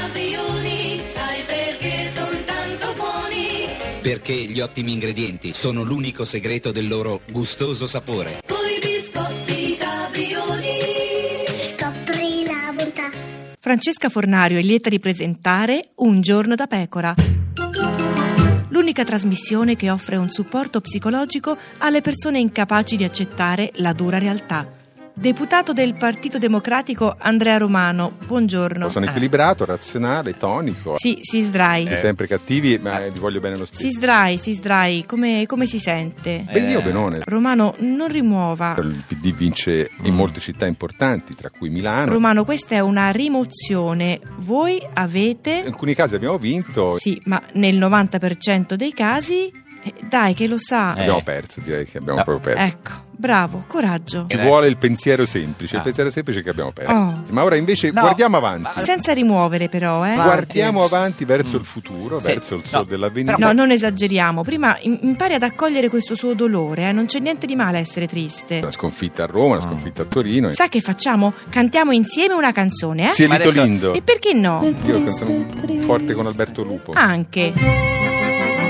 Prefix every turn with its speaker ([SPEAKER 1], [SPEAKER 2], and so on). [SPEAKER 1] caprioli, sai perché sono tanto buoni?
[SPEAKER 2] Perché gli ottimi ingredienti sono l'unico segreto del loro gustoso sapore.
[SPEAKER 1] Coi biscotti caprioli.
[SPEAKER 3] Scopri la bontà.
[SPEAKER 4] Francesca Fornario è lieta di presentare Un giorno da pecora. L'unica trasmissione che offre un supporto psicologico alle persone incapaci di accettare la dura realtà. Deputato del Partito Democratico Andrea Romano, buongiorno.
[SPEAKER 5] Sono equilibrato, razionale, tonico.
[SPEAKER 4] Ah, eh. sì, si sdrai.
[SPEAKER 5] Siete sempre cattivi, ma vi voglio bene lo
[SPEAKER 4] Si Eh.
[SPEAKER 5] stesso.
[SPEAKER 4] sdrai, si sdrai. Come, come si sente?
[SPEAKER 5] Beh, io benone.
[SPEAKER 4] Romano, non rimuova.
[SPEAKER 5] Il PD vince
[SPEAKER 6] Mm.
[SPEAKER 5] in molte città importanti, tra cui Milano.
[SPEAKER 4] Romano, questa è una rimozione. Voi
[SPEAKER 5] In
[SPEAKER 4] avete...
[SPEAKER 5] alcuni casi abbiamo vinto,
[SPEAKER 4] Sì, ma nel 90% dei casi... eh, Dai, che lo sa.
[SPEAKER 5] abbiamo perso, direi che abbiamo
[SPEAKER 6] Eh. No. Eh.
[SPEAKER 5] proprio perso.
[SPEAKER 4] Ecco, bravo, coraggio.
[SPEAKER 5] Ci vuole il pensiero semplice, il
[SPEAKER 6] Ah.
[SPEAKER 5] pensiero semplice che abbiamo perso.
[SPEAKER 4] Oh.
[SPEAKER 5] Ma ora invece
[SPEAKER 6] No.
[SPEAKER 5] guardiamo avanti.
[SPEAKER 4] Senza rimuovere però, eh.
[SPEAKER 6] Ma-
[SPEAKER 5] Guardiamo
[SPEAKER 6] eh,
[SPEAKER 5] avanti verso
[SPEAKER 6] mm.
[SPEAKER 5] il futuro,
[SPEAKER 6] Sì,
[SPEAKER 5] verso il sol
[SPEAKER 6] no,
[SPEAKER 5] dell'avvenire.
[SPEAKER 4] No, non esageriamo. Prima im- impari ad accogliere questo suo dolore, eh. Non c'è niente di male a essere
[SPEAKER 5] Una
[SPEAKER 4] triste.
[SPEAKER 5] sconfitta a
[SPEAKER 6] Ah.
[SPEAKER 5] Roma, una sconfitta a Torino.
[SPEAKER 4] Sa che facciamo? Cantiamo insieme una canzone, eh?
[SPEAKER 5] Si è
[SPEAKER 6] Ma adesso-
[SPEAKER 5] Lindo.
[SPEAKER 4] E perché no?
[SPEAKER 5] Io sono
[SPEAKER 4] Ah.
[SPEAKER 5] forte con Alberto Lupo.
[SPEAKER 4] Anche.